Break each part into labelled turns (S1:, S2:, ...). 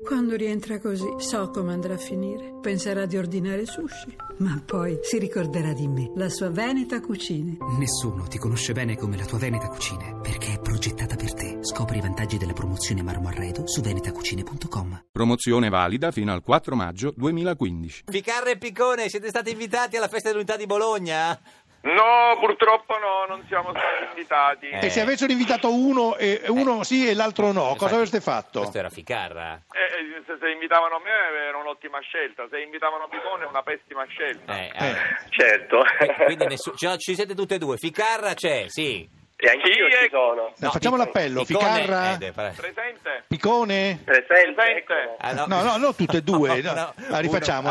S1: Quando rientra così, so come andrà a finire. Penserà di ordinare sushi, ma poi si ricorderà di me, la sua Veneta Cucine.
S2: Nessuno ti conosce bene come la tua Veneta Cucine, perché è progettata per te. Scopri i vantaggi della promozione Marmo Arredo su venetacucine.com.
S3: Promozione valida fino al 4 maggio 2015.
S4: Ficarra e Piccone, siete stati invitati alla festa dell'unità di Bologna?
S5: No, purtroppo no, non siamo stati invitati.
S4: Eh.
S6: E se avessero invitato uno, e e uno sì e l'altro no, cosa avreste fatto?
S4: Questo era Ficarra.
S5: Eh, eh, se, se invitavano me era un'ottima scelta, se invitavano Picone è una pessima scelta.
S4: Eh, allora.
S7: Certo.
S4: Qui- Quindi nessu- cioè, ci siete tutte e due. Ficarra c'è, sì.
S7: e anch'io
S5: Chi è-
S7: ci sono.
S6: No,
S4: Piccone-
S6: facciamo l'appello,
S4: Piccone-
S6: Ficarra?
S4: eh, deve fare-
S5: Presente?
S6: Picone?
S7: Presente.
S5: Presente.
S7: eccolo.
S4: Ah,
S6: No, no, no, tutte e due, no.
S4: no,
S6: La rifacciamo,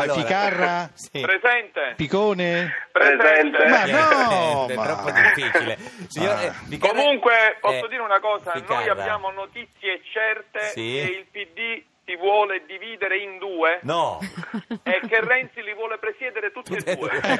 S4: uno.
S6: eh,
S4: Allora.
S6: Ficarra?
S4: Sì.
S5: Presente?
S6: Picone?
S7: Presente.
S6: Ma
S4: Eh,
S6: no,
S4: è
S6: ma-
S4: troppo difficile. Signor-
S6: Ah.
S4: eh, Ficarra-
S5: Comunque posso
S4: eh,
S5: dire una cosa, noi
S4: Ficarra.
S5: abbiamo notizie certe
S4: Sì.
S5: che il PD si vuole dividere in due
S4: No,
S5: e che Renzi li vuole presiedere tutti
S4: tutte e due.
S5: Eh,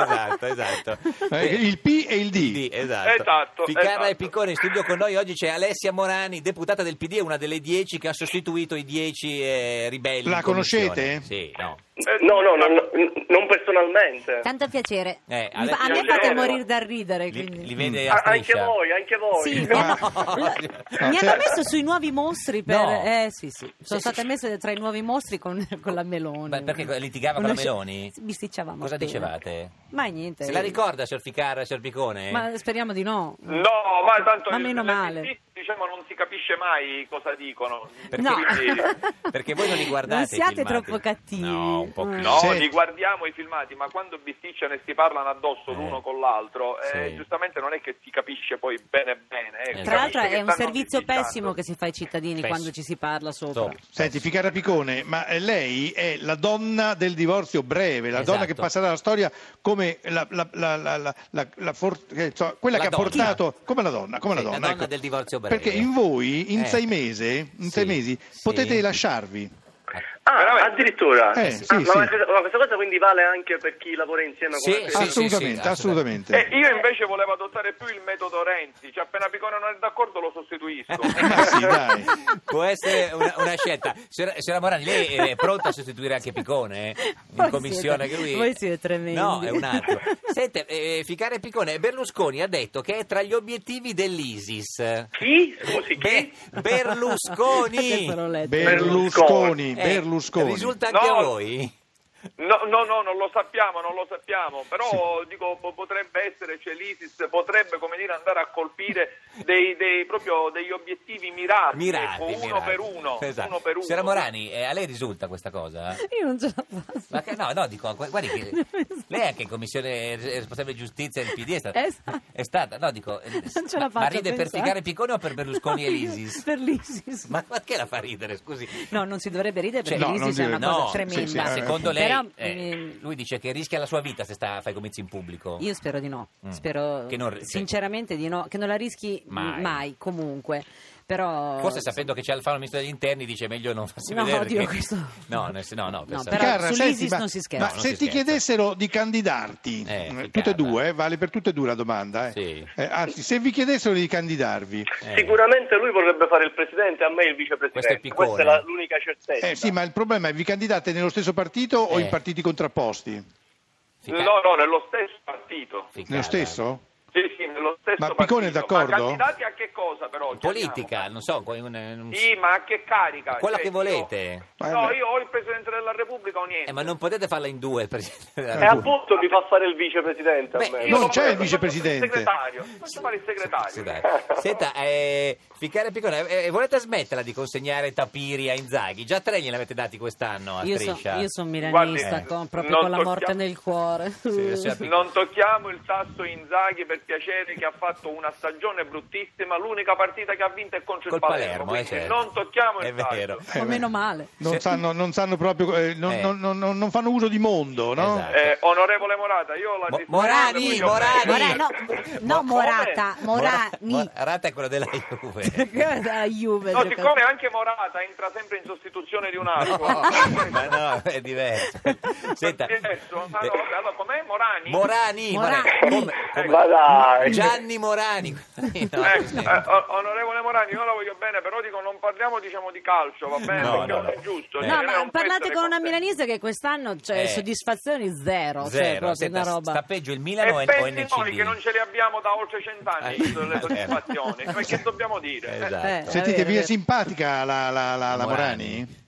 S4: esatto, esatto.
S6: Eh, il P e il D.
S4: Sì, esatto.
S5: Esatto,
S4: Ficarra
S5: esatto.
S4: e Piccone in studio con noi oggi c'è Alessia Morani, deputata del PD, è una delle dieci che ha sostituito i dieci eh, ribelli.
S6: La
S4: in commissione.
S6: conoscete?
S4: Sì, no.
S7: No, no, no, no, non personalmente.
S8: Tanto piacere.
S4: Eh,
S8: Mi fa- a
S4: Alessio
S8: me fate
S7: Alessio.
S8: morire dal ridere.
S4: Li,
S8: Eh, Quindi.
S4: li vede a
S7: Ah, anche
S4: striscia.
S7: voi, anche voi.
S8: Sì, mi
S6: No.
S8: hanno,
S6: No,
S8: mi
S6: cioè-
S8: hanno messo sui nuovi mostri per-
S4: No.
S8: eh, sì, sì. sono
S4: Sì,
S8: state
S4: sì.
S8: messe tra i nuovi mostri con, con la Meloni
S4: Ma perché litigava con la Meloni?
S8: bisticciavamo
S4: Cosa
S8: appena.
S4: dicevate?
S8: ma niente
S4: Se la ricorda, signor Ficarra, signor Piccone?
S8: ma speriamo di no
S5: No, ma tanto
S8: Ma
S5: il-
S8: meno
S5: il-
S8: male.
S5: diciamo non si capisce mai cosa dicono.
S4: Perché-
S8: no Eh,
S5: Quindi-
S4: Perché voi non li guardate
S8: non
S4: i
S8: siate
S4: filmati.
S8: troppo cattivi
S4: No, un po'
S8: Eh.
S5: No,
S6: Senti.
S5: li guardiamo i filmati, ma quando bisticciano e si parlano addosso
S4: Eh.
S5: l'uno con l'altro, eh,
S4: Sì.
S5: giustamente non è che si capisce poi bene bene. eh,
S4: Tra
S5: capisce
S8: tra l'altro
S5: che
S8: è un
S5: stanno
S8: servizio
S5: bisticciando.
S8: pessimo che si fa ai cittadini
S4: Pessimo.
S8: quando ci si parla sopra
S4: Stop.
S6: Senti, Ficarra Picone, ma eh, lei è la donna del divorzio breve, la
S4: Esatto.
S6: donna che passerà alla storia come la, la- la- la- la- la- la for- che, so, quella
S4: La
S6: che
S4: donna.
S6: ha portato come la donna, come
S4: Sì,
S6: la
S4: la
S6: donna,
S4: donna
S6: ecco.
S4: del divorzio breve.
S6: Perché in voi in
S4: Eh.
S6: sei mesi, in
S4: Sì,
S6: sei mesi
S4: sì.
S6: potete lasciarvi.
S7: Ah,
S5: Veramente?
S7: addirittura.
S6: Eh, sì,
S7: Ah, ma,
S6: sì.
S7: ma questa cosa quindi vale anche per chi lavora insieme
S4: Sì,
S7: con me?
S4: sì, sì,
S6: assolutamente,
S4: sì, assolutamente.
S6: assolutamente.
S5: Eh, io invece volevo adottare più il metodo Renzi, cioè appena Picone non è d'accordo lo sostituisco.
S6: Ma Eh sì, dai.
S4: Esatto. Può essere una, una scelta. Signora, signora Morani, lei eh, è pronta a sostituire anche Piccone eh? in
S8: Voi
S4: commissione? che
S8: siete-
S4: lui-
S8: voi siete tremendi.
S4: No, è un altro. Sente, eh, Ficare Piccone, Berlusconi ha detto che è tra gli obiettivi dell'ISIS.
S7: Chi? Scusi, chi?
S4: Be-
S8: Questo l'ho
S4: Berlusconi!
S8: letto.
S6: Berlusconi,
S4: Eh,
S6: Berlusconi.
S4: risulta anche
S5: No.
S4: a voi?
S5: No, no, no, non lo sappiamo, non lo sappiamo, però dico po- potrebbe essere, cioè l'ISIS potrebbe come dire andare a colpire dei, dei- proprio degli obiettivi mirati,
S4: Mirati,
S5: ecco, uno
S4: mirati.
S5: per uno,
S4: Esatto.
S5: uno per uno.
S4: Signora Morani, eh, a lei risulta questa cosa?
S8: io non ce la faccio
S4: Ma che- no, no, dico, gu- guardi che lei è anche in commissione res- responsabile giustizia del PD è stata,
S8: Esatto.
S4: è stata no, dico, eh,
S8: non ce
S4: ma-
S8: la faccio
S4: ma ride
S8: a
S4: per
S8: pensare.
S4: Figare Piccone o per Berlusconi e l'ISIS?
S8: per l'ISIS
S4: Ma perché la fa ridere, scusi?
S8: No, non si dovrebbe ridere perché
S6: Cioè, no,
S8: l'ISIS
S6: non
S8: è una
S6: dire-
S8: cosa
S4: No,
S8: tremenda.
S6: sì, sì,
S4: ma
S6: eh,
S4: secondo lei,
S8: Però,
S4: eh,
S8: ehm,
S4: lui dice che rischia la sua vita se sta a fare i comizi in pubblico.
S8: io spero di no.
S4: Mm.
S8: Spero
S4: Che non-
S8: sinceramente di no, che non la rischi mh,
S4: Mai.
S8: mai, comunque. Però
S4: Forse sapendo che c'è Alfano ministro degli interni dice meglio non farsi
S8: No,
S4: vedere.
S8: oddio,
S4: perché-
S8: questo-
S4: No, nel- no, no, per-
S8: però- sull'ISIS non si scherza.
S6: ma
S4: No, non
S6: se
S4: si
S6: ti
S4: scherza.
S6: chiedessero di candidarti,
S4: Eh,
S6: eh,
S4: Ficarra.
S6: tutte e due, eh, vale per tutte e due la domanda. eh.
S4: Sì.
S6: Eh, anzi, se vi chiedessero di candidarvi,
S4: eh.
S7: Sicuramente lui vorrebbe fare il presidente, a me
S4: Questo è
S7: il vicepresidente.
S4: piccone.
S7: Questa è la- l'unica certezza.
S6: Eh, sì, ma il problema è vi candidate nello stesso partito o
S4: Eh.
S6: in partiti contrapposti?
S4: Fica-
S5: No, no, nello stesso partito.
S4: Ficarra.
S6: Nello stesso?
S5: Sì, sì, nello stesso
S6: Ma Piccone è
S5: partito.
S6: d'accordo?
S5: Ma candidati a che cosa però?
S4: In
S5: Chiariamo.
S4: Politica, non so, in un- in un-
S5: Sì, ma a che carica?
S4: quella
S5: Cioè,
S4: che volete.
S5: io- no, io o il Presidente della Repubblica o niente.
S4: Eh, ma non potete farla in due, Presidente.
S5: Eh,
S4: della
S7: E appunto mi fa fare il vicepresidente
S4: Beh,
S7: a me.
S5: Io
S6: non
S5: lo
S6: c'è
S5: Eh, voglio-
S6: il vicepresidente.
S5: Il segretario. Faccio fare il segretario.
S4: Sì, dai. Senta, eh, Ficcare Piccone, eh, volete smetterla di consegnare tapiri a Inzaghi? Già tre gliel'avete dati quest'anno a
S8: io, so-
S4: striscia.
S8: io sono milanista
S5: Guardi,
S8: con-
S5: eh,
S8: proprio
S5: non
S8: con la
S5: tocchiamo-
S8: morte nel cuore.
S4: Sì, sì, sì.
S5: Non tocchiamo il tasto Inzaghi per piacere che ha fatto una stagione bruttissima, l'unica partita che ha vinto è contro
S4: Col
S5: il Palermo,
S4: Palermo, eh,
S5: quindi
S4: certo.
S5: non tocchiamo il
S4: È
S5: tasto.
S4: vero.
S6: Eh,
S8: o
S6: beh.
S8: meno male.
S4: Se-
S6: Non sanno, non sanno proprio, eh, non,
S4: Eh.
S6: non- non- non fanno uso di mondo, no?
S4: Esatto.
S5: Eh, onorevole Morata, io la
S4: Mo-
S5: discussione
S4: Morani,
S5: la voglio
S4: Morani.
S5: bene.
S8: Mora- no,
S5: Ma
S8: no, Morata,
S4: Mora-
S8: Morani.
S4: Morata è quella della Juve.
S8: Guarda, Juve,
S5: No,
S8: giocatore.
S5: siccome anche Morata entra sempre in sostituzione di un altro.
S4: ma no, è diverso. Senta,
S5: Diverso? Ma no,
S4: eh,
S5: vabbè, allora, com'è Morani?
S4: Morani,
S8: Morani.
S4: Morani. Come-
S7: Ma dai.
S4: Gianni Morani. No,
S5: Eh,
S4: senta.
S5: eh, o- onorevole Morani, io la voglio bene, però dico non parliamo diciamo di calcio, va bene?
S4: No,
S5: Perché
S4: no,
S5: non è
S4: no.
S5: giusto.
S4: Eh.
S5: cioè,
S8: No,
S5: lei
S8: ma
S5: non può
S8: parlate
S5: essere
S8: con una
S5: contenta.
S8: milanese che quest'anno c'è
S4: Eh.
S8: soddisfazioni zero, cioè
S4: Zero,
S8: proprio
S4: senta,
S8: una roba.
S4: sta peggio il Milan o
S5: E
S4: o
S5: pensi noi che non
S4: NCD?
S5: ce li abbiamo da oltre cent'anni
S4: Eh,
S5: le
S4: eh,
S5: soddisfazioni, ma che dobbiamo dire? Eh,
S4: Esatto.
S8: Eh, è
S6: Sentite,
S8: vero,
S6: vi è
S8: è vero.
S6: simpatica la, la- la- la Morani?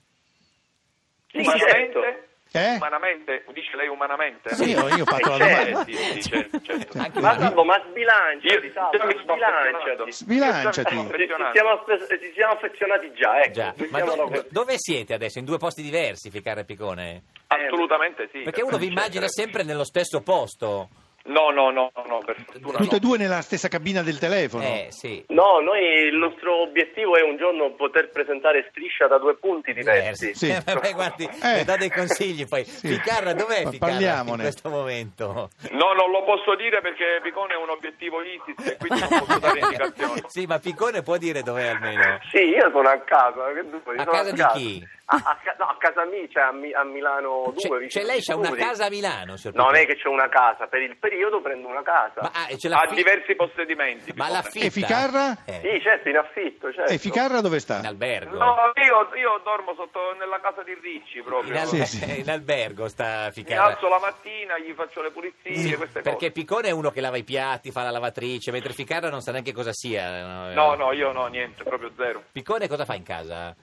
S7: Sì, certo.
S5: Umanamente?
S6: Eh?
S5: Umanamente? Dice lei umanamente?
S6: Sì, io- io ho fatto la
S5: Eh,
S6: domanda.
S5: sì, sì, certo, certo.
S4: Anche
S7: Ma
S4: lui.
S7: Salvo, ma sbilanciati,
S5: Io-
S7: Salvo,
S5: io mi sto
S7: sbilanciati.
S5: affezionando.
S6: Sbilanciati.
S5: Io mi sto
S7: Ci
S5: affezionando.
S7: siamo, affes- ci siamo affezionati già, ecco.
S4: Già. Ma
S7: Mettiamola
S4: do-
S7: così.
S4: dove siete adesso? In due posti diversi, Ficarra e Picone?
S5: Assolutamente sì.
S4: Perché uno vi immagina
S5: Certo.
S4: sempre nello stesso posto.
S5: No, no, no, no, per fortuna
S6: Tutte e
S5: no.
S6: due nella stessa cabina del telefono.
S4: Eh, sì.
S7: No, noi il nostro obiettivo è un giorno poter presentare striscia da due punti diversi.
S4: Diversi.
S6: Sì.
S4: Eh, vabbè, guardi,
S6: Eh.
S4: mi dà dei consigli poi. Ficarra, dov'è Ficarra
S6: Ma
S4: in
S6: parliamone.
S4: questo momento?
S5: No, non lo posso dire perché Picone è un obiettivo ISIS e quindi non posso dare indicazioni.
S4: sì, ma Piccone può dire dov'è almeno.
S7: Sì, io sono a casa. che tu vuoi,
S4: A
S7: sono
S4: casa di chi?
S7: A, a ca- no, a casa mia, cioè a, Mi- a Milano 2.
S4: Cioè,
S7: vicino
S4: cioè lei c'ha una
S7: Friuli.
S4: casa a Milano, signor
S7: No, Non
S4: Piccone.
S7: è che c'ho una casa, per il periodo prendo una casa.
S4: Ma, ah, e ce l'ha
S5: Ha
S4: fi-
S5: diversi possedimenti. diciamo.
S4: ma la
S5: Picone.
S4: fitta?
S6: E Ficarra?
S4: Eh,
S7: Sì, certo, in affitto, certo.
S6: E Eh, Ficarra dove
S4: in
S6: sta?
S4: albergo.
S5: No, io, io dormo sotto nella casa di Ricci
S4: In,
S5: proprio.
S4: al-
S6: Sì, sì.
S4: in albergo sta
S5: Mi
S4: Ficarra.
S5: alzo la mattina, gli faccio le pulizie,
S4: Sì,
S5: queste
S4: perché
S5: cose.
S4: Piccone è uno che lava i piatti, fa la lavatrice, mentre Ficarra non sa neanche cosa sia.
S5: No, no, io no, niente, proprio zero.
S4: Piccone cosa fa in casa?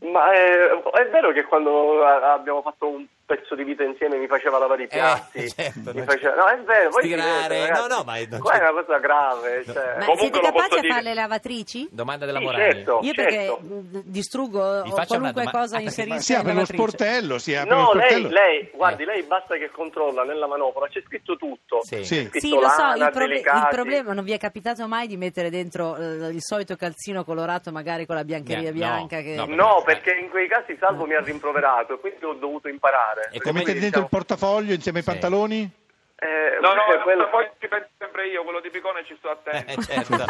S7: Ma è, è vero che quando a- abbiamo fatto un pezzo di vita insieme mi faceva lavare i piatti.
S4: Eh, certo,
S7: mi
S4: non
S7: faceva... No, è vero. Poi
S4: Stirare,
S7: vedete,
S4: no,
S7: ragazzi,
S4: no, ma non
S7: Qua
S4: c'è-
S7: è una cosa grave. Cioè...
S9: Ma
S5: Comunque
S9: siete
S5: lo posso
S9: capaci a
S5: dire.
S9: fare le lavatrici?
S4: Domanda della
S7: Sì,
S4: Morani.
S7: certo.
S8: Io perché
S7: certo.
S8: mh, distruggo
S4: Vi faccio una
S8: qualunque
S4: doma-
S8: cosa
S4: Ah,
S8: inserita
S6: Si apre lo
S8: nell'avatrice.
S6: sportello, si apre lo
S7: No, lei,
S6: sportello.
S4: Eh.
S7: lei, guardi, lei basta che controlla nella manopola, c'è scritto tutto.
S4: Sì.
S6: Sì.
S7: Scritto
S8: Sì, lo so,
S7: lana,
S8: il, proble-
S7: delicati.
S8: il problema non vi è capitato mai di mettere dentro eh, il solito calzino colorato magari con la biancheria
S4: No,
S8: bianca che...
S4: no,
S7: No, perché in quei casi Salvo mi ha rimproverato e quindi ho dovuto imparare.
S4: E
S6: Lo
S4: come
S6: mettete dentro il portafoglio insieme ai
S4: diciamo- Sì.
S6: pantaloni?
S7: Eh,
S5: No, no,
S7: eh, quello-
S5: poi ci penso sempre io, quello di Picone ci sto attento.
S4: Eh, certo.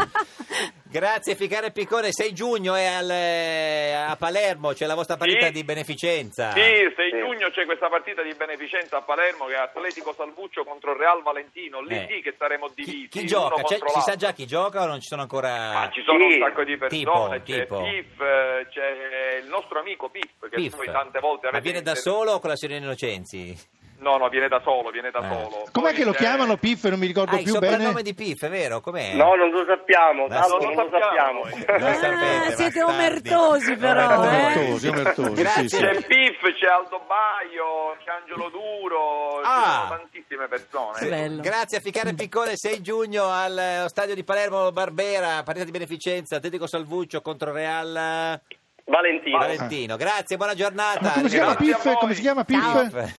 S4: Grazie Ficare Piccone, 6 giugno è al, eh, a Palermo, c'è la vostra partita
S5: Sì.
S4: di beneficenza.
S5: Sì, 6
S7: Sì.
S5: giugno c'è questa partita di beneficenza a Palermo che è Atletico Salvuccio contro Real Valentino. Lì
S4: Eh.
S5: sì che saremo divisi.
S4: Chi, chi
S5: uno
S4: gioca? C'è-
S5: contro
S4: si sa
S5: l'altro.
S4: già chi gioca o non ci sono ancora...
S5: Ah, ci sono un
S7: Sì.
S5: sacco di persone,
S4: Tipo, tipo.
S5: c'è Pif, eh, c'è il nostro amico Pif, che
S4: Piff.
S5: voi tante volte
S4: Ma
S5: avete
S4: viene da
S5: inter-
S4: solo o con la signorina Innocenzi?
S5: No, no, viene da solo, viene da
S4: Ah.
S5: solo.
S6: Com'è
S5: Poi
S6: che lo
S5: c'è-
S6: chiamano Piff? Non mi ricordo
S4: Ah, il
S6: più
S4: soprannome
S6: bene.
S4: di Piff, è vero? Com'è?
S7: No, non lo sappiamo,
S4: Ma
S7: Salvo,
S5: non
S7: non
S5: lo
S7: lo sappiamo.
S4: Lo
S8: Ah,
S4: sapete,
S8: siete
S4: bastardi.
S8: omertosi però,
S4: Omertosi.
S8: eh?
S6: Omertosi, omertosi,
S4: Grazie.
S6: sì, sì.
S5: C'è Pif, c'è Aldo Baio, c'è Angelo Duro,
S4: Ah.
S5: ci sono tantissime persone.
S8: Che bello.
S4: Ecco, Grazie a Ficcare Piccone 6 giugno al eh, stadio di Palermo Barbera, partita di beneficenza, Atletico Salvuccio contro Real
S7: Valentino.
S4: Valentino. Grazie, buona giornata.
S6: Ma come si chiama
S5: Grazie a
S6: Piff? Come
S5: voi.
S6: si chiama Piff?
S4: Piff.